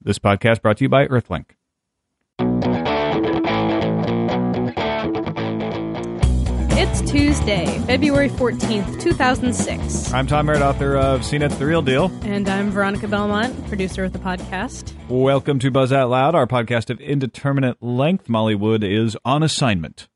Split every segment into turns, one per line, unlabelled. This podcast brought to you by Earthlink.
It's Tuesday, February 14th, 2006.
I'm Tom Merritt, author of CNET's The Real Deal.
And I'm Veronica Belmont, producer of the podcast.
Welcome to Buzz Out Loud, our podcast of indeterminate length. Molly Wood is on assignment.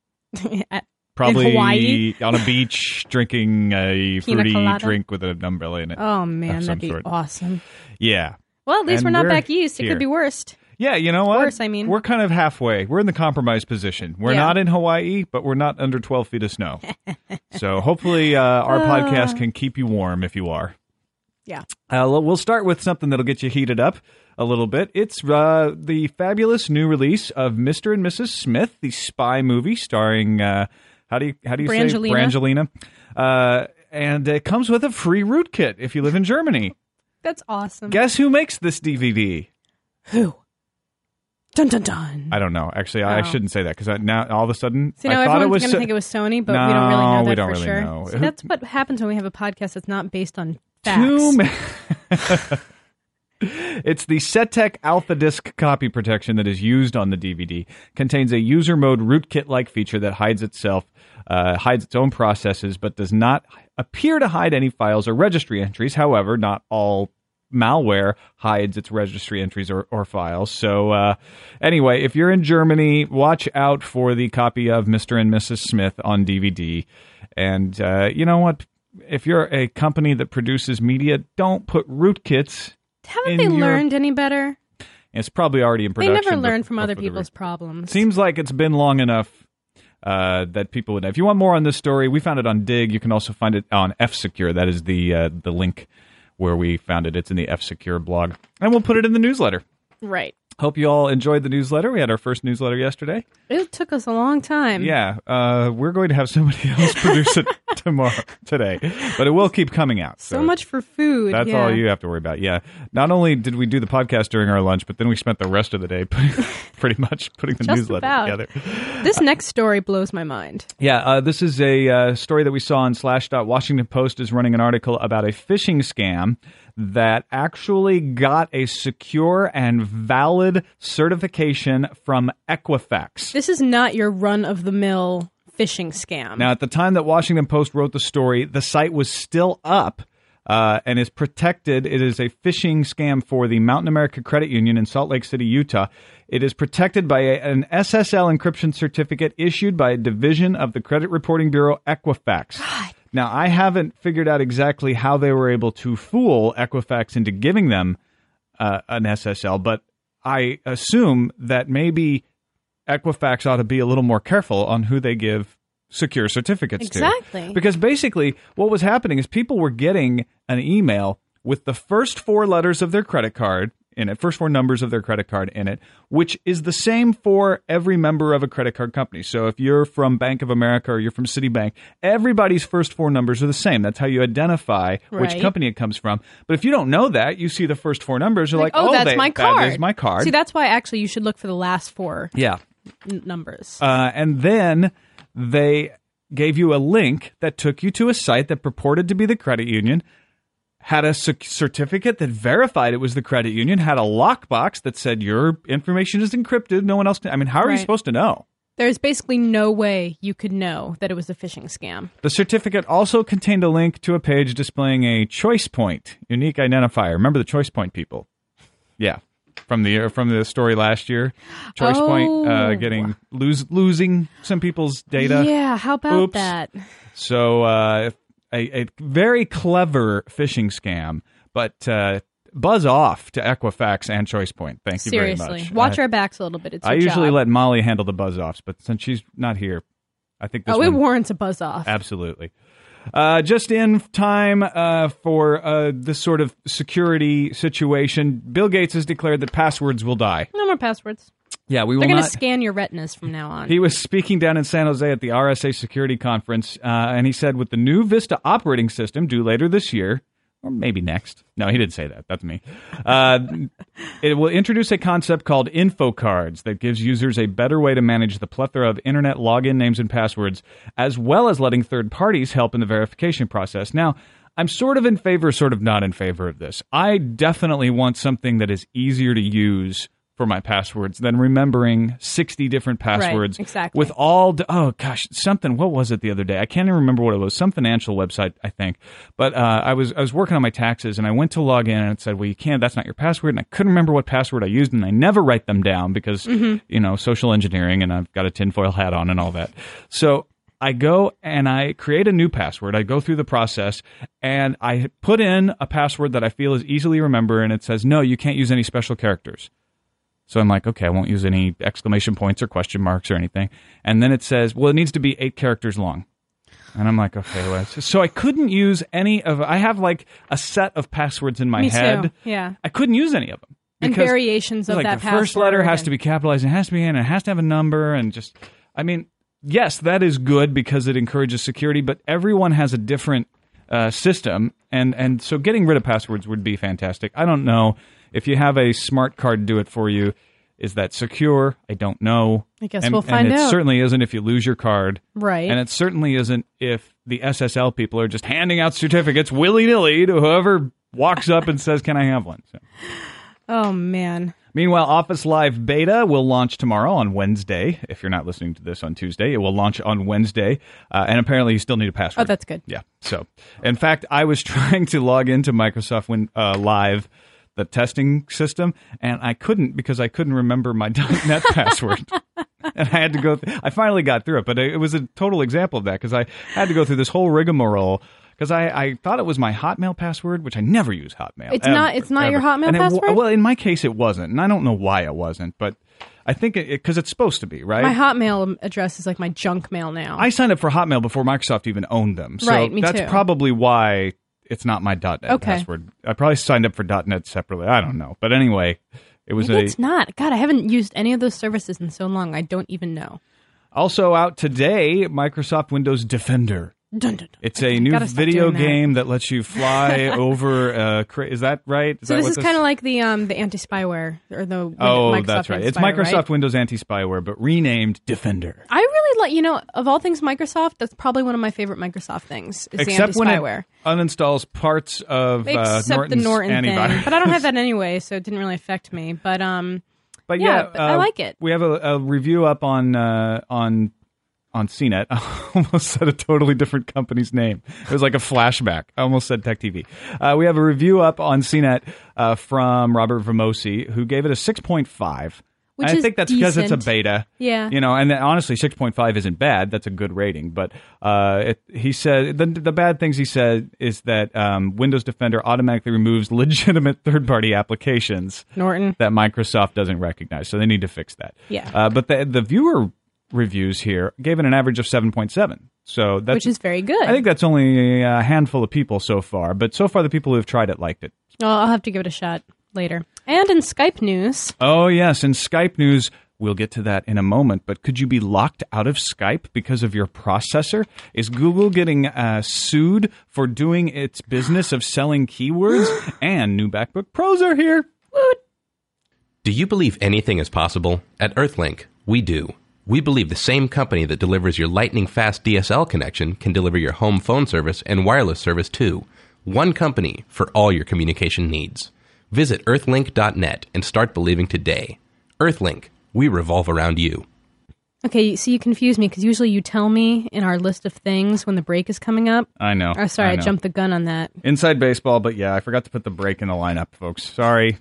Probably
Hawaii?
on a beach drinking a fruity
colada?
drink with an umbrella in it.
oh man,
Of some
that'd be
sort.
awesome.
yeah.
Well, at least
And
we're not
we're
back east. It
here.
could be worst.
Yeah, you know what?
Worse, I mean.
We're kind of halfway. We're in the compromise position. We're
Yeah.
not in Hawaii, but we're not under 12 feet of snow. so hopefully uh, our podcast can keep you warm if you are.
Yeah.
Uh, well, we'll start with something that'll get you heated up a little bit. It's uh, the fabulous new release of Mr. and Mrs. Smith, the spy movie starring uh, how do you how do you
Brangelina.
say Brangelina? Uh, and it comes with a free root kit if you live in Germany.
That's awesome.
Guess who makes this DVD?
Who? Dun dun dun.
I don't know. Actually, I, I
Oh.
shouldn't say that because now all of a sudden
See, now
I thought it was
everyone's going to
so-
think it was Sony, but we don't really know
No,
that
we don't
for
really
sure.
know.
See,
Who-
that's what happens when we have a podcast that's not based on facts.
Too ma- it's the SETEC Alpha Disk copy protection that is used on the DVD. Contains a user mode rootkit-like feature that hides itself, uh, hides its own processes, but does not appear to hide any files or registry entries. However, not all malware hides its registry entries or, or files. So uh, anyway, if you're in Germany, watch out for the copy of Mr. and Mrs. Smith on DVD. And uh, you know what? If you're a company that produces media, don't put rootkits.
Haven't
in
they
Europe-
learned any better?
It's probably already in
They
production.
never learn
bef-
from other
before the
people's problems.
Seems like it's been long enough uh, that people would. If you want more on this story, we found it on Dig. You can also find it on F Secure. That is the uh, the link where we found it. It's in the F Secure blog, and we'll put it in the newsletter.
right.
Hope you all enjoyed the newsletter. We had our first newsletter yesterday.
It took us a long time.
Yeah, uh, we're going to have somebody else produce it tomorrow today, but it will keep coming out.
So much for food.
That's
yeah.
all you have to worry about. Yeah. Not only did we do the podcast during our lunch, but then we spent the rest of the day putting, pretty much putting the
Just
newsletter
about.
together.
This next story blows my mind.
Yeah, uh, this is a uh, story that we saw on Slashdot. Washington Post is running an article about a phishing scam that actually got a secure and valid certification from Equifax.
This is not your run of the mill phishing scam.
Now, at the time that Washington Post wrote the story, the site was still up uh, and is protected. It is a phishing scam for the Mountain America Credit Union in Salt Lake City, Utah. It is protected by a, an SSL encryption certificate issued by a division of the credit reporting bureau Equifax. Now, I haven't figured out exactly how they were able to fool Equifax into giving them uh, an SSL, but I assume that maybe Equifax ought to be a little more careful on who they give secure certificates to.
Exactly.
Because basically, what was happening is people were getting an email with the first four letters of their credit card in it, first four numbers of their credit card in it, which is the same for every member of a credit card company. So if you're from Bank of America or you're from Citibank, everybody's first four numbers are the same. That's how you identify which
Right.
company it comes from. But if you don't know that, you see the first four numbers, you're like,
Like, oh, that's
they-
my card.
That is my card.
See, that's why actually you should look for the last four
yeah.
n- numbers.
Uh, and then they gave you a link that took you to a site that purported to be the credit union, had a cer- certificate that verified it was the credit union, had a lockbox that said your information is encrypted. No one else can. I mean, how are you
Right.
supposed to know?
There's basically no way you could know that it was a phishing scam.
The certificate also contained a link to a page displaying a choice point, unique identifier. Remember the choice point people? Yeah. From the uh, from the story last year, choice point uh,
Oh.
getting lose losing some people's data.
Yeah, how about
Oops.
that?
So uh, a, a very clever phishing scam, but uh, buzz off to Equifax and ChoicePoint. Thank you very
Seriously,
much.
watch
I,
our backs a little bit. It's
I
your
usually
job.
let Molly handle the buzz offs, but since she's not here, I think this
Oh,
one-
it warrants a buzz off.
Absolutely. Uh, just in time uh, for uh, this sort of security situation, Bill Gates has declared that passwords will die.
no more passwords.
Yeah, we
They're
will
going to
not.
scan your retinas from now on.
He was speaking down in San Jose at the RSA Security Conference, uh, and he said, with the new Vista operating system due later this year, or maybe next. No, he didn't say that. That's me. Uh, it will introduce a concept called info cards that gives users a better way to manage the plethora of internet login names and passwords, as well as letting third parties help in the verification process. Now, I'm sort of in favor, sort of not in favor of this. I definitely want something that is easier to use for my passwords than remembering 60 different passwords
exactly.
with all d- oh gosh something what was it the other day i can't even remember what it was some financial website i think but uh, i was i was working on my taxes and i went to log in and it said well you can't that's not your password and i couldn't remember what password i used and i never write them down because you know social engineering and i've got a tinfoil hat on and all that so I go and I create a new password. I go through the process and I put in a password that I feel is easily remember and it says, no, you can't use any special characters. So I'm like, okay, I won't use any exclamation points or question marks or anything. And then it says, well, it needs to be eight characters long. And I'm like, okay, well, that's- so I couldn't use any of. I have like a set of passwords in my
Me
head.
too. Yeah.
I couldn't use any of them
And
because-
variations of
like
that
the first letter has to be capitalized and it has to be in and it has to have a number and just i mean yes that is good because it encourages security but everyone has a different uh, system and and so getting rid of passwords would be fantastic i don't know if you have a smart card do it for you is that secure i don't know
I guess
and,
we'll
and
find
it
out.
certainly isn't if you lose your card
Right.
and it certainly isn't if the ssl people are just handing out certificates willy-nilly to whoever walks up and says can i have one so.
oh man.
Meanwhile, Office Live Beta will launch tomorrow on Wednesday. If you're not listening to this on Tuesday, it will launch on Wednesday. Uh, and apparently, you still need a password.
Oh, that's good.
yeah. So, in fact, I was trying to log into Microsoft when uh, Live, the testing system, and I couldn't because I couldn't remember my .NET password. And I had to go. Th- I finally got through it, but it was a total example of that because I had to go through this whole rigmarole. Because I, I thought it was my Hotmail password, which I never use Hotmail.
It's not- it's not your Hotmail
And it wa-
password?
well, in my case, it wasn't, and I don't know why it wasn't, but I think because it, 'cause it's supposed to be, right?
My Hotmail address is like my junk mail now.
I signed up for Hotmail before Microsoft even owned them, so
Right, me
that's
too.
probably why it's not my .NET
Okay.
password. I probably signed up for .NET separately. I don't know, but anyway, it was
Maybe
a
it's not. God, I haven't used any of those services in so long. I don't even know.
also out today. Microsoft Windows Defender.
Dun, dun, dun.
It's a new
gotta stop
video
doing that.
game that lets you fly over. Uh, cra- is that right? Is
So
that
this
what
is kind of like the um the anti spyware or the Win-
Oh,
Microsoft
that's right. It's
anti-spyware,
Microsoft
right?
Windows Anti Spyware, but renamed Defender.
I really like you know of all things Microsoft. That's probably one of my favorite Microsoft things. Is
Except
the
when
anti
it
spyware.
uninstalls parts of uh,
Except
Norton's
the Norton
antivirus.
thing, but I don't have that anyway, so it didn't really affect me. But um,
But
Yeah,
yeah,
but I
uh,
like it.
We have a, a review up on uh, on on CNET. I almost said a totally different company's name. It was like a flashback. I almost said Tech TV. Uh, we have a review up on CNET uh, from Robert Vermosi, who gave it a six point five.
Which
I
is
think that's because it's a
decent.
beta.
Yeah.
You know, and then, honestly, 6.5 isn't bad. That's a good rating. But uh, it, he said the, the bad things he said is that um, Windows Defender automatically removes legitimate third party applications
Norton.
that Microsoft doesn't recognize. So they need to fix that.
Yeah.
Uh, but the the viewer reviews here gave it an average of seven point seven. So that's
Which is very good.
I think that's only a handful of people so far, but so far the people who have tried it liked it.
Well, I'll have to give it a shot later. And in Skype news,
Oh yes, and Skype news. We'll get to that in a moment, but could you be locked out of Skype because of your processor? Is Google getting uh, sued for doing its business of selling keywords? and new MacBook Pros are here.
Do you believe anything is possible? At Earthlink, we do. We believe the same company that delivers your lightning fast DSL connection can deliver your home phone service and wireless service too. One company for all your communication needs. Visit earthlink.net and start believing today. Earthlink, we revolve around you.
okay, so you confuse me because usually you tell me in our list of things when the break is coming up.
I know.
Oh, sorry, I,
know.
jumped the gun on that.
Inside baseball, but yeah, I forgot to put the break in the lineup, folks. Sorry.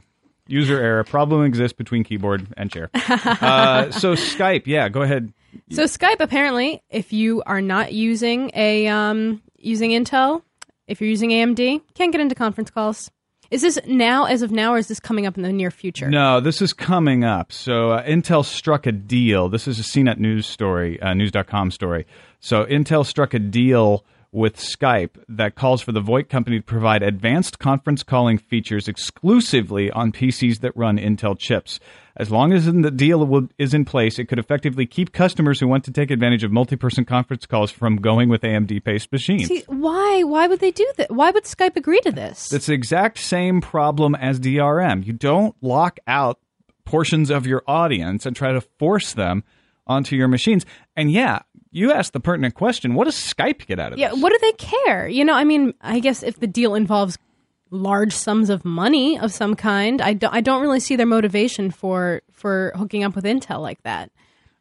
User error. Problem exists between keyboard and chair. Uh, so Skype, yeah, go ahead.
So Skype apparently, if you are not using a um, using Intel, if you're using AMD, can't get into conference calls. Is this now, as of now, or is this coming up in the near future?
No, this is coming up. So uh, Intel struck a deal. This is a CNET news story, uh, news.com story. So Intel struck a deal with Skype that calls for the VoIP company to provide advanced conference calling features exclusively on PCs that run Intel chips. As long as in the deal will, is in place, it could effectively keep customers who want to take advantage of multi-person conference calls from going with AMD-based machines.
See, why? Why would they do that? Why would Skype agree to this?
It's the exact same problem as DRM. You don't lock out portions of your audience and try to force them onto your machines. And yeah, you asked the pertinent question. What does Skype get out of
Yeah,
this?
what do they care? You know, I mean, I guess if the deal involves large sums of money of some kind, I don't, I don't really see their motivation for for hooking up with Intel like that,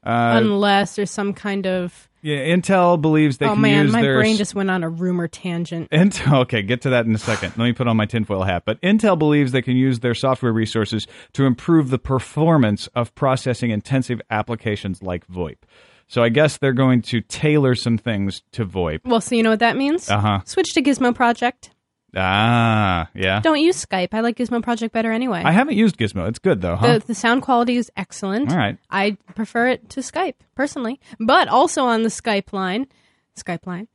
Uh,
unless there's some kind of
Yeah, Intel believes they
oh
can
man,
use
my
their
brain just went on a rumor tangent.
Intel, okay, get to that in a second. Let me put on my tinfoil hat. But Intel believes they can use their software resources to improve the performance of processing intensive applications like VoIP. So I guess they're going to tailor some things to VoIP.
Well, so you know what that means?
Uh-huh.
Switch to Gizmo Project.
Ah, yeah.
Don't use Skype. I like Gizmo Project better anyway.
I haven't used Gizmo. It's good though, huh?
the, the sound quality is excellent.
All right.
I prefer it to Skype personally, but also on the Skype line, Skype line,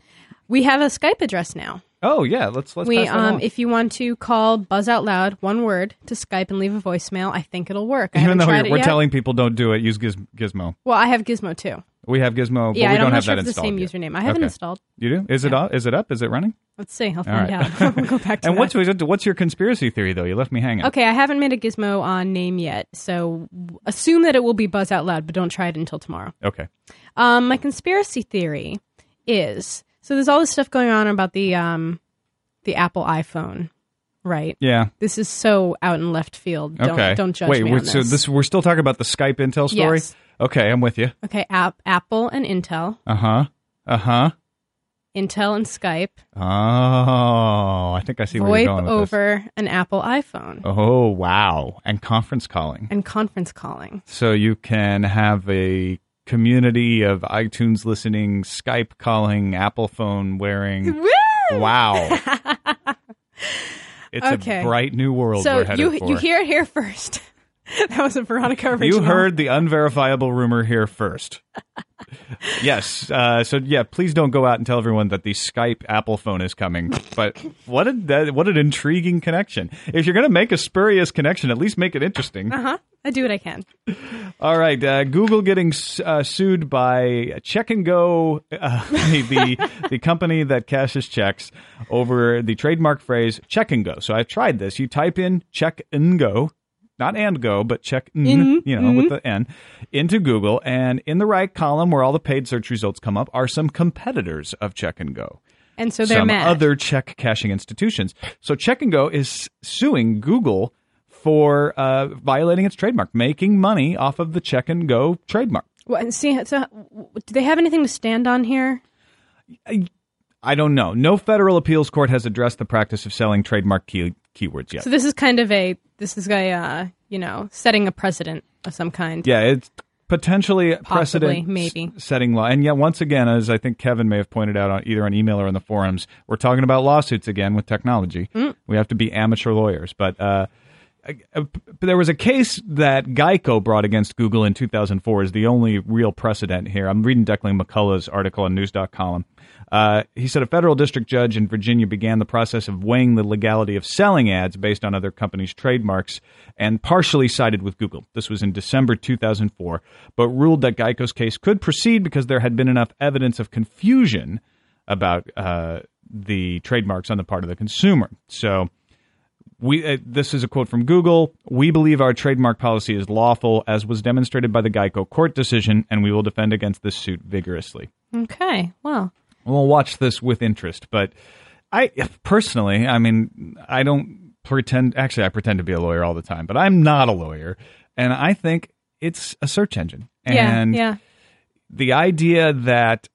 we have a Skype address now.
Oh yeah, let's let's
We,
pass that
um,
along.
if you want to call Buzz Out Loud, one word to Skype and leave a voicemail, I think it'll work. I
Even
haven't
though
tried
we're,
it
we're
yet.
telling people don't do it, use Giz- Gizmo.
well, I have Gizmo too.
We have Gizmo, but
yeah,
we
I don't
don't
know
have
sure
that
if it's the
installed.
same
yet.
username. I haven't
Okay.
installed.
You do? Is it up? Is it up? Is it running?
Let's see. I'll
All
find
right.
out. we'll go back to
and
that.
what's what's your conspiracy theory though? You left me hanging.
Okay, I haven't made a Gizmo on name yet, so assume that it will be Buzz Out Loud, but don't try it until tomorrow.
Okay.
Um, my conspiracy theory is so there's all this stuff going on about the um, the Apple iPhone, right?
Yeah.
This is so out in left field. Don't
Okay.
don't judge
Wait,
me
we're,
on
so this we're still talking about the Skype Intel story.
Yes.
Okay, I'm with you.
Okay, app, Apple and Intel,
Uh huh. Uh huh.
Intel and Skype,
Oh, I think I see where you're going
VoIP
with this.
over an Apple iPhone,
Oh wow! And conference calling,
and conference calling.
so you can have a community of iTunes listening, Skype calling, Apple phone wearing. wow! It's
Okay.
a bright new world.
so
we're headed
you
for.
you hear it here first. that was a Veronica
You
original.
heard the unverifiable rumor here first. yes. Uh, so yeah, please don't go out and tell everyone that the Skype Apple phone is coming. But what a that, what an intriguing connection. If you're going to make a spurious connection, at least make it interesting.
Uh huh. I do what I can.
All right. Uh, Google getting s- uh, sued by Check and Go, uh, the the, the company that cashes checks over the trademark phrase Check and Go. So I've tried this. You type in Check and Go. Not and go, but check, n, you know, with the N, into Google. And in the right column where all the paid search results come up are some competitors of Check and Go
And so they're
some
mad.
other check cashing institutions. So Check and Go is suing Google for uh, violating its trademark, making money off of the Check and Go trademark.
Well, and see, so w- do they have anything to stand on here?
I don't know. No federal appeals court has addressed the practice of selling trademark key- keywords yet.
So this is kind of a this is a uh, you know setting a precedent of some kind.
Yeah, it's potentially precedent
maybe.
s- setting law. And yet, once again, as I think Kevin may have pointed out on either on email or in the forums, we're talking about lawsuits again with technology.
Mm.
We have to be amateur lawyers. But uh, I- uh, p- there was a case that Geico brought against Google in 2004 is the only real precedent here. I'm reading Declan McCullough's article on news.com. Uh, he said a federal district judge in Virginia began the process of weighing the legality of selling ads based on other companies' trademarks and partially sided with Google. This was in December 2004, but ruled that Geico's case could proceed because there had been enough evidence of confusion about uh, the trademarks on the part of the consumer. So we uh, this is a quote from Google. We believe our trademark policy is lawful, as was demonstrated by the Geico court decision, and we will defend against this suit vigorously.
Okay. Well,
We'll watch this with interest, but I if personally, I mean, I don't pretend. Actually, I pretend to be a lawyer all the time, but I'm not a lawyer, and I think it's a search engine. And
yeah, yeah.
the idea that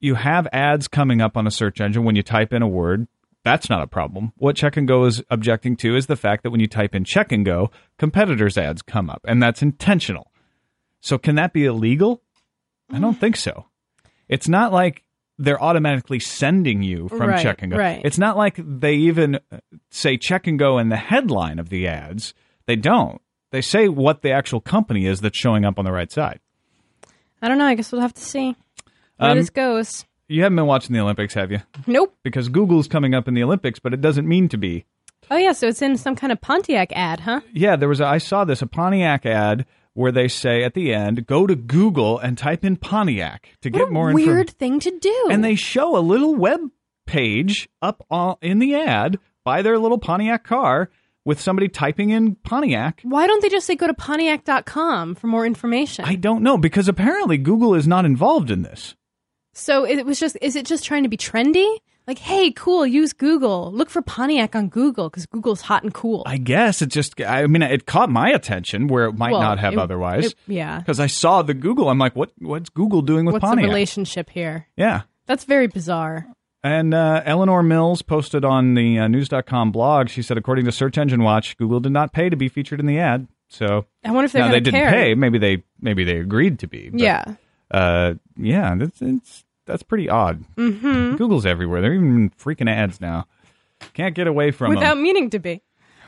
you have ads coming up on a search engine when you type in a word, that's not a problem. What Check and Go is objecting to is the fact that when you type in Check and Go, competitors' ads come up, and that's intentional. So, can that be illegal? I don't think so. It's not like they're automatically sending you from
Right,
Check and Go.
right.
It's not like they even uh, say Check and Go in the headline of the ads. They don't. They say what the actual company is that's showing up on the right side.
I don't know. I guess we'll have to see where
Um,
this goes.
You haven't been watching the Olympics, have you?
Nope.
Because Google's coming up in the Olympics, but it doesn't mean to be.
Oh yeah. So it's in some kind of Pontiac ad, huh?
Yeah, there was. A, I saw this a Pontiac ad where they say at the end, "Go to Google and type in Pontiac to get more
weird
information."
thing to do.
And they show a little web page up on, in the ad by their little Pontiac car with somebody typing in Pontiac.
why don't they just say go to Pontiac.com for more information?
I don't know because apparently Google is not involved in this.
So it was just, is it just trying to be trendy? Like, hey, cool, use Google. Look for Pontiac on Google because Google's hot and cool.
I guess it just, I mean, it caught my attention where it might
Well,
not have
it-
otherwise.
it- yeah.
Because I saw the Google. I'm like, what? what's Google doing with
What's
Pontiac?
the relationship here?
yeah.
That's very bizarre.
And uh, Eleanor Mills posted on the uh, news.com blog, she said, according to Search Engine Watch, Google did not pay to be featured in the ad. So
I wonder if they're
now they
going to
didn't
care.
pay. Maybe they maybe they agreed to be. but,
yeah.
Uh, yeah, that's it's, that's pretty odd. Mm-hmm. Google's everywhere. They're even freaking ads now. Can't get away from
Without
them.
meaning to be.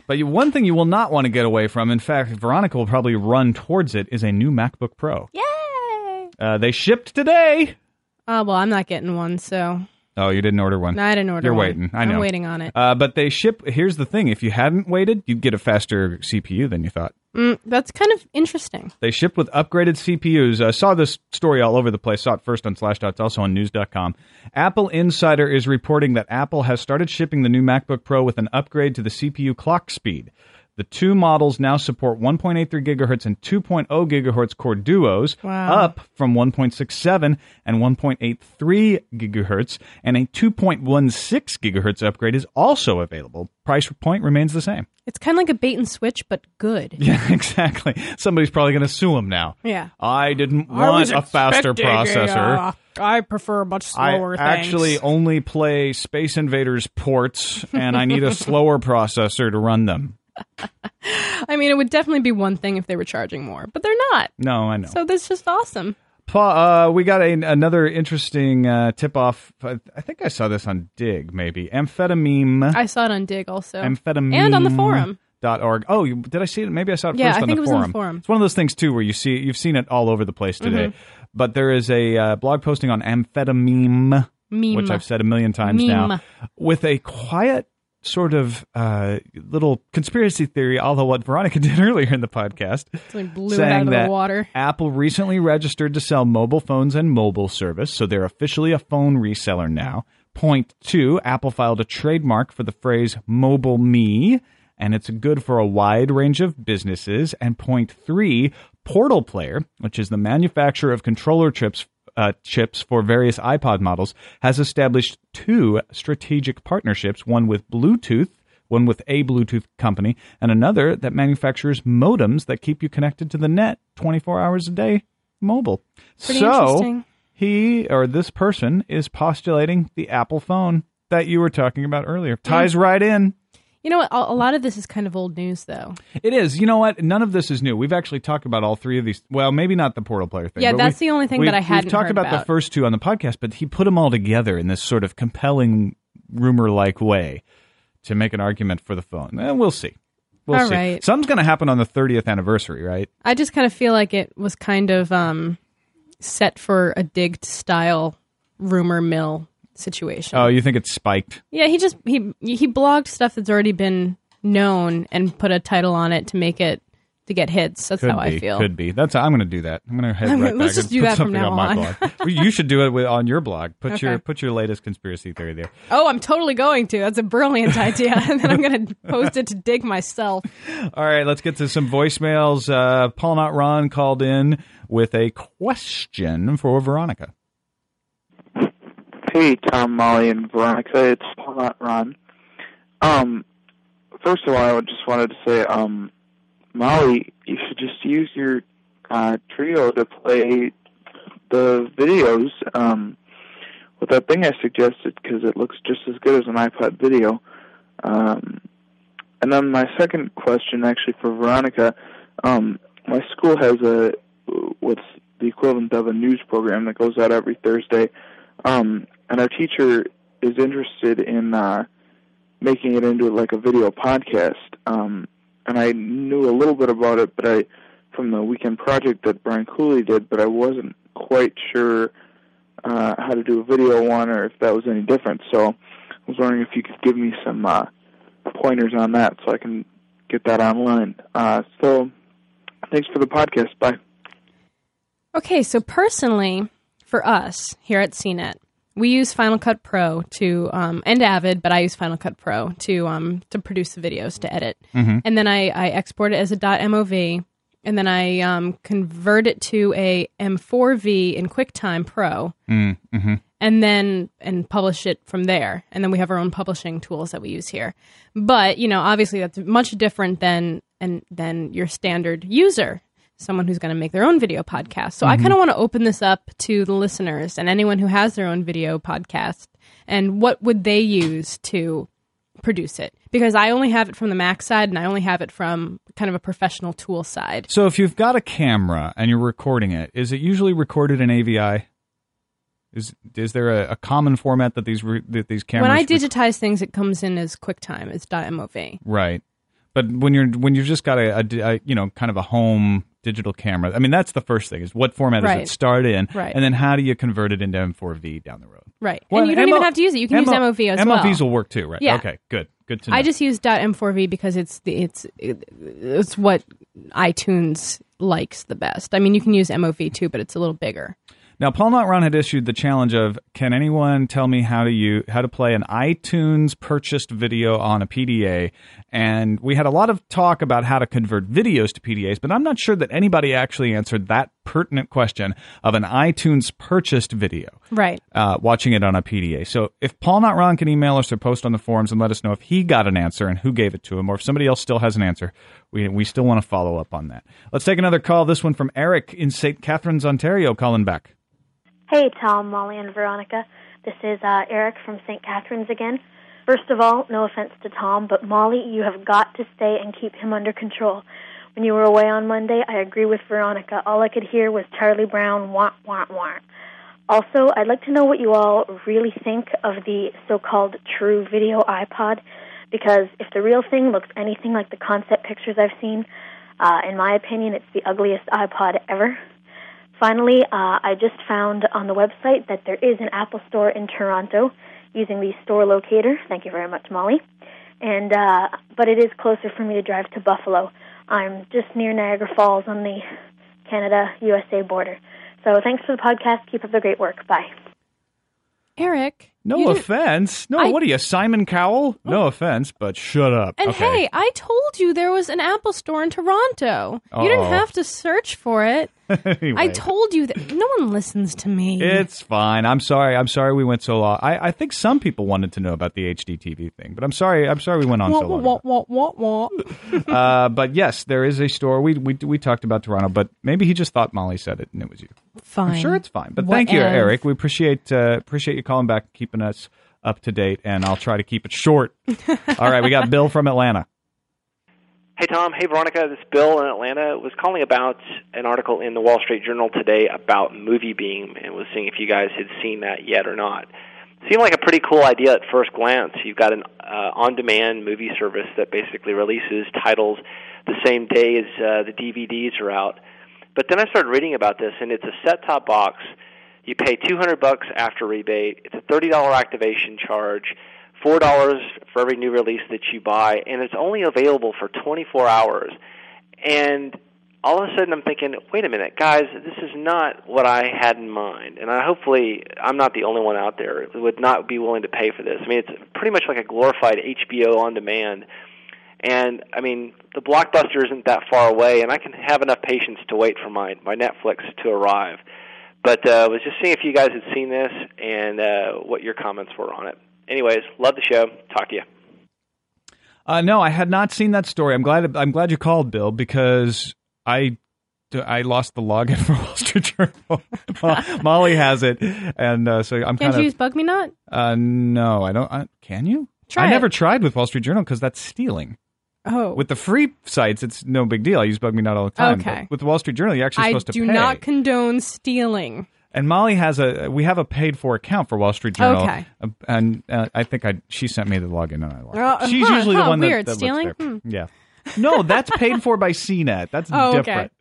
But you- one thing you will not want to get away from, in fact, Veronica will probably run towards it, is a new MacBook Pro.
Yay!
Uh, they shipped today.
Oh, well, I'm not getting one, so
Oh, you didn't order one.
no, I didn't order
You're
one.
waiting. I know.
I'm waiting on it.
Uh, but they ship. Here's the thing: if you hadn't waited, you'd get a faster CPU than you thought.
Mm, that's kind of interesting.
They ship with upgraded CPUs. I saw this story all over the place. Saw it first on Slashdot. It's also on News.com. Apple Insider is reporting that Apple has started shipping the new MacBook Pro with an upgrade to the CPU clock speed. The two models now support 1.83 gigahertz and 2.0 gigahertz core duos,
Wow.
up from 1.67 and 1.83 gigahertz, and a 2.16 gigahertz upgrade is also available. Price point remains the same.
It's kind of like a bait and switch, but good.
Yeah, exactly. Somebody's probably going to sue him now.
Yeah.
I didn't want a faster processor.
uh, I prefer much
I
slower
actually only play Space Invaders ports, and I need a slower processor to run them.
I mean, it would definitely be one thing if they were charging more, but they're not.
No, I know.
So that's just awesome.
Pa, uh, we got a, another interesting uh, tip off. I I think I saw this on Dig, maybe. Amphetamine.
I saw it on Dig also.
amphetamine.
And on the forum.
Dot org. Oh, you, did I see it? Maybe I saw it
Yeah,
first
I
on
think
the
it was on
forum.
the forum.
It's one of those things too where you see you've seen it all over the place today. But there is a uh, blog posting on amphetamine,
Mm-hmm. Meme.
which I've said a million times
Meme.
now, with a quiet sort of uh, little conspiracy theory, although what Veronica did earlier in the podcast,
Something blew it
saying
out of
that
the water.
Apple recently registered to sell mobile phones and mobile service, so they're officially a phone reseller now. Point two, Apple filed a trademark for the phrase mobile me, and it's good for a wide range of businesses. And point three, Portal Player, which is the manufacturer of controller chips. Uh, chips for various iPod models has established two strategic partnerships one with Bluetooth, one with a Bluetooth company, and another that manufactures modems that keep you connected to the net 24 hours a day mobile.
Pretty
so
interesting.
he or this person is postulating the Apple phone that you were talking about earlier. Ties right in.
You know what? A a lot of this is kind of old news, though.
It is. You know what? None of this is new. We've actually talked about all three of these. Well, maybe not the portal player thing.
Yeah,
but
that's
we-
the only thing
we've-
that I hadn't
We've talked
heard
about, the
about.
first two on the podcast, but he put them all together in this sort of compelling rumor-like way to make an argument for the phone. Eh, we'll see. We'll
All
see.
right.
Some's going to happen on the 30th anniversary, right?
I just kind of feel like it was kind of um, set for a Dig style rumor mill situation.
Oh, you think it's spiked?
Yeah, he just he he blogged stuff that's already been known and put a title on it to make it to get hits. That's
Could
how
be.
I feel.
Could be. That's. I'm going to do that. I'm going to head
I'm
right
gonna- let's
back
just
and
do
put
that from
something
now
on my
on.
blog. Well, you should do it with, on your blog. Put your
Okay.
put your latest conspiracy theory there.
Oh, I'm totally going to. That's a brilliant idea, and then I'm going to post it to dig myself.
All right, let's get to some voicemails. Uh, Paul Not Ron called in with a question for Veronica.
Hey, Tom, Molly, and Veronica. It's Paul Not Ron. Um, first of all, I would- just wanted to say, um, Molly, you should just use your uh, trio to play the videos um, with that thing I suggested because it looks just as good as an iPod video. Um, and then my second question, actually, for Veronica. Um, my school has a what's the equivalent of a news program that goes out every Thursday um, and our teacher is interested in uh, making it into like a video podcast. Um, and I knew a little bit about it, but I from the weekend project that Brian Cooley did, but I wasn't quite sure uh, how to do a video one or if that was any different. So I was wondering if you could give me some uh, pointers on that so I can get that online. Uh, so thanks for the podcast. Bye.
Okay, so personally, for us here at CNET, we use Final Cut Pro to um, and Avid, but I use Final Cut Pro to um, to produce the videos to edit, and then I, I export it as a .mov and then I um, convert it to a M4V in QuickTime Pro,
Mm, mhm.
and then and publish it from there. And then we have our own publishing tools that we use here. But you know, obviously, that's much different than and than your standard user, someone who's going to make their own video podcast. So I kind of want to open this up to the listeners and anyone who has their own video podcast, and what would they use to produce it because I only have it from the Mac side and I only have it from kind of a professional tool side.
So if you've got a camera and you're recording it, is it usually recorded in AVI? Is is there a, a common format that these re, that these cameras
When I
rec-
digitize things, it comes in as QuickTime, as .mov.
Right. But when you're when you've just got a, a di- a, you know kind of a home digital camera, I mean that's the first thing is what format does
Right.
it start in,
Right.
and then how do you convert it into M4V down the road?
Right.
Well,
and you don't even
MO
have to use it. You can
MO
use MOV as well.
MOVs will work too, right?
Yeah.
Okay. Good. Good to know.
I just use .m4v because it's the it's it- it's what iTunes likes the best. I mean, you can use MOV too, but it's a little bigger.
now Paul Notron had issued the challenge of can anyone tell me how to you how to play an iTunes purchased video on a PDA, and we had a lot of talk about how to convert videos to PDAs, but I'm not sure that anybody actually answered that pertinent question of an iTunes purchased video.
Right.
uh, watching it on a PDA. So if Paul Not Ron can email us or post on the forums and let us know if he got an answer and who gave it to him, or if somebody else still has an answer, we, we still want to follow up on that. Let's take another call. This one from Eric in St. Catharines, Ontario, calling back.
Hey, Tom, Molly, and Veronica. This is uh, Eric from St. Catharines again. First of all, no offense to Tom, but Molly, you have got to stay and keep him under control. When you were away on Monday, I agree with Veronica. All I could hear was Charlie Brown, wah, wah, wah. Also, I'd like to know what you all really think of the so called true video iPod, because if the real thing looks anything like the concept pictures I've seen, uh, in my opinion, it's the ugliest iPod ever. Finally, uh, I just found on the website that there is an Apple store in Toronto using the store locator. Thank you very much, Molly. And uh, but it is closer for me to drive to Buffalo. I'm just near Niagara Falls on the Canada-USA border. So thanks for the podcast. Keep up the great work. Bye.
Eric. you
No
didn't-
offense. No,
I- Oh.
what are you, Simon Cowell? No offense, but shut up.
And
okay.
hey, I told you there was an Apple store in Toronto. You
Uh-oh.
didn't have to search for it.
Oh. Anyway.
I told you that no one listens to me.
It's fine. I'm sorry. I'm sorry we went so long. I, I think some people wanted to know about the HDTV thing, but I'm sorry. I'm sorry we went on
Wah,
so long.
wah, wah, wah, wah, wah.
Uh, but yes, there is a store. We, we we talked about Toronto, but maybe he just thought Molly said it and it was you.
Fine.
I'm sure it's fine. But thank you,
Whatevs.
Eric. We appreciate uh, appreciate you calling back, keeping us up to date, and I'll try to keep it short. All right, we got Bill from Atlanta.
Hey, Tom. Hey, Veronica. This is Bill in Atlanta was calling about an article in the Wall Street Journal today about MovieBeam and was seeing if you guys had seen that yet or not. Seemed like a pretty cool idea at first glance. You've got an uh, on demand movie service that basically releases titles the same day as uh, the DVDs are out. But then I started reading about this, and it's a set top box. You pay 200 bucks after rebate. It's a $30 activation charge, $4 for every new release that you buy, and it's only available for 24 hours. And all of a sudden I'm thinking, wait a minute, guys, this is not what I had in mind. And I hopefully I'm not the only one out there who would not be willing to pay for this. I mean, it's pretty much like a glorified HBO on demand. And I mean, the blockbuster isn't that far away, and I can have enough patience to wait for my my Netflix to arrive. But uh, was just seeing if you guys had seen this and uh, what your comments were on it. Anyways, love the show. Talk to you.
Uh, no, I had not seen that story. I'm glad I'm glad you called, Bill, because I. I lost the login for Wall Street Journal. Mo- Molly has it, and uh, so I'm
Can't
kind
you
of
use Bug Me Not?
uh, no. I don't. I, can you?
Try
I
it.
never tried with Wall Street Journal because that's stealing.
Oh,
With the free sites, it's no big deal. I use Bug Me Not all the time.
Okay.
But with the Wall Street Journal, you're actually
I
supposed to
do
pay.
not condone stealing.
And Molly has a we have a paid for account for Wall Street Journal.
Okay.
Uh, And uh, I think I she sent me the login and I logged.
Uh,
in. She's
huh,
usually the
huh,
one that-
weird.
that, looks
Stealing?
there.
Hmm.
Yeah. No, that's paid for by CNET. That's
Oh, okay.
different.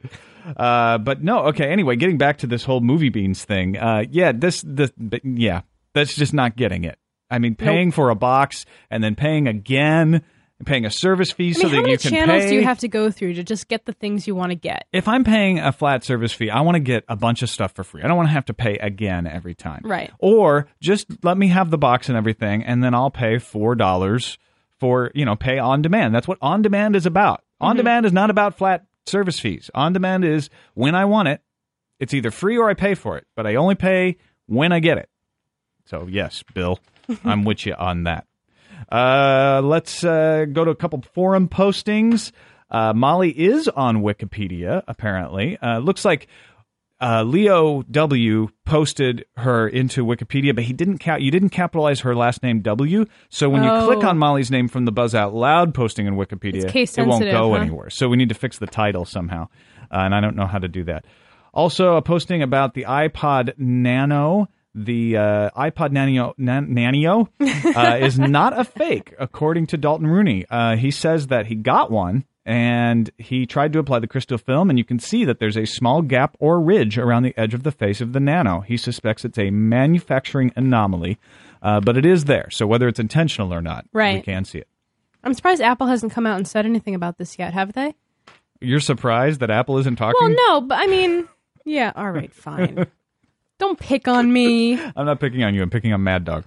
Uh, but no, okay. Anyway, getting back to this whole movie beans thing. Uh, yeah, this this but yeah, that's just not getting it. I mean, paying for a box and then paying again, paying a service fee
I mean,
so that
how many
you can
channels
pay.
do you have to go through to just get the things you want to get?
if I'm paying a flat service fee, I want to get a bunch of stuff for free. I don't want to have to pay again every time.
Right.
Or just let me have the box and everything, and then I'll pay four dollars for you know pay on demand. That's what on demand is about. On demand is not about flat service fees. On demand is when I want it. It's either free or I pay for it, but I only pay when I get it. So, yes, Bill, I'm with you on that. Uh, let's uh, go to a couple forum postings. Uh, Molly is on Wikipedia, apparently. Uh, looks like uh, Leo W posted her into Wikipedia, but he didn't ca- you didn't capitalize her last name W. So when you
Oh.
click on Molly's name from the Buzz Out Loud posting in Wikipedia,
It's case
it won't
sensitive,
go
huh?
anywhere. So we need to fix the title somehow, uh, and I don't know how to do that. Also, a posting about the iPod Nano. The uh, iPod Nano, nan- Nano uh, is not a fake, according to Dalton Rooney. Uh, he says that he got one and he tried to apply the crystal film, and you can see that there's a small gap or ridge around the edge of the face of the Nano. He suspects it's a manufacturing anomaly, uh, but it is there. So whether it's intentional or not, we
Right.
can see it.
I'm surprised Apple hasn't come out and said anything about this yet, have they? Hmm.
You're surprised that Apple isn't talking?
Well, no, but I mean, yeah, all right, fine. Don't pick on me.
I'm not picking on you. I'm picking on Mad Dog.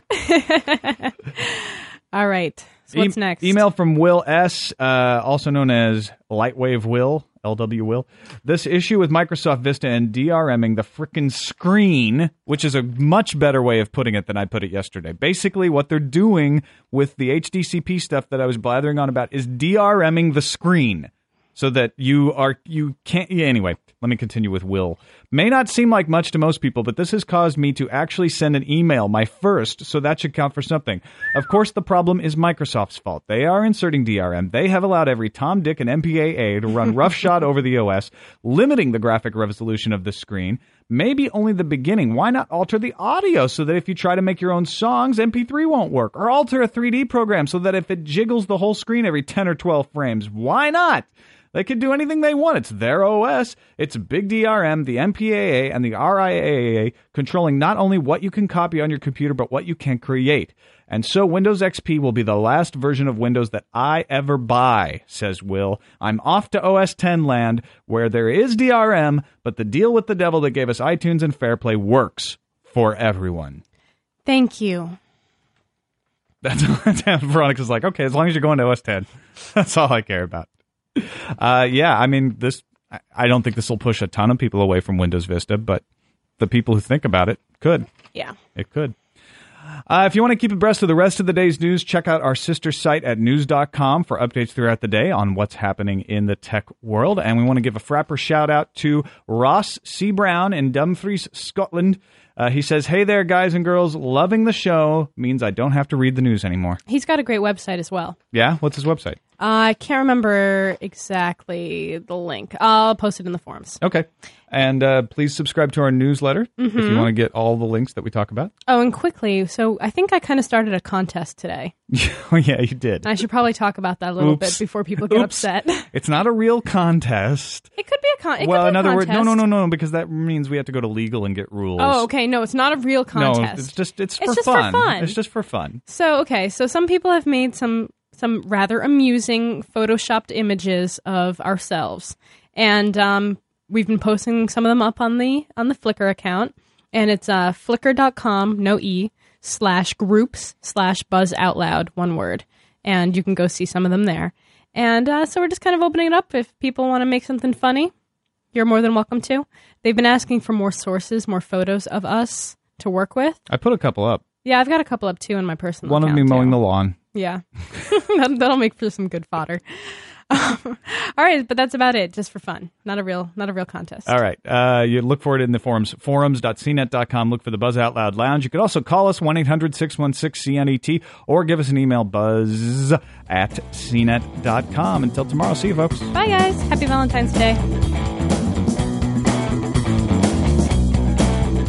All right. So what's
E-
next?
Email from Will S, uh, also known as Lightwave Will, LW Will. This issue with Microsoft Vista and DRMing the frickin' screen, which is a much better way of putting it than I put it yesterday. Basically, what they're doing with the HDCP stuff that I was blathering on about is DRMing the screen so that you are you can't yeah, anyway let me continue with will may not seem like much to most people but this has caused me to actually send an email my first so that should count for something of course the problem is microsoft's fault they are inserting drm they have allowed every tom dick and mpaa to run roughshod over the os limiting the graphic resolution of the screen maybe only the beginning why not alter the audio so that if you try to make your own songs mp3 won't work or alter a 3d program so that if it jiggles the whole screen every 10 or 12 frames why not they can do anything they want. It's their OS. It's Big DRM, the MPAA, and the RIAA controlling not only what you can copy on your computer, but what you can create. And so Windows XP will be the last version of Windows that I ever buy, says Will. I'm off to OS 10 land where there is DRM, but the deal with the devil that gave us iTunes and Fairplay works for everyone.
Thank you.
That's all. Veronica's like, okay, as long as you're going to OS 10, E that's all I care about. Uh, yeah, I mean, this. I- I don't think this will push a ton of people away from Windows Vista, but the people who think about it could.
Yeah.
It could. Uh, if you want to keep abreast of the rest of the day's news, check out our sister site at news.com for updates throughout the day on what's happening in the tech world. And we want to give a frapper shout out to Ross C. Brown in Dumfries, Scotland. Uh, he says, Hey there, guys and girls. Loving the show means I don't have to read the news anymore.
He's got a great website as well.
Yeah? What's his website?
I can't remember exactly the link. I'll post it in the forums.
Okay. And uh, please subscribe to our newsletter if you want to get all the links that we talk about.
Oh, and quickly, so I think I kind of started a contest today.
oh, yeah, you did.
I should probably talk about that a little
Oops.
bit before people get
Oops.
upset. It
It's not a real contest.
could be a con. it could
well,
be a
in other words, no, no,
contest.
no, no, because that means we have to go to legal and get rules.
Oh, okay. No, it's not a real contest.
No, it's just it's,
It's
for,
just for
fun.
fun.
It's just for fun.
So okay, so some people have made some some rather amusing photoshopped images of ourselves, and um, we've been posting some of them up on the on the Flickr account, and it's uh, flickr.com no e slash groups slash buzz out loud one word, and you can go see some of them there. And uh, so we're just kind of opening it up. If people want to make something funny, you're more than welcome to. They've been asking for more sources, more photos of us to work with.
I put a couple up.
Yeah, I've got a couple up too in my personal.
One of me
account,
mowing
Oh, too.
the lawn.
Yeah, that, that'll make for some good fodder. Um, all right, but that's about it. Just for fun, not a real, not a real contest.
All right. Uh, you look for it in the forums, forums.cnet.com. Look for the Buzz Out Loud Lounge. You could also call us 1 800 616 CNET E or give us an email, E buzz at cnet.com. Until tomorrow, see you, folks.
Bye guys. Happy Valentine's Day.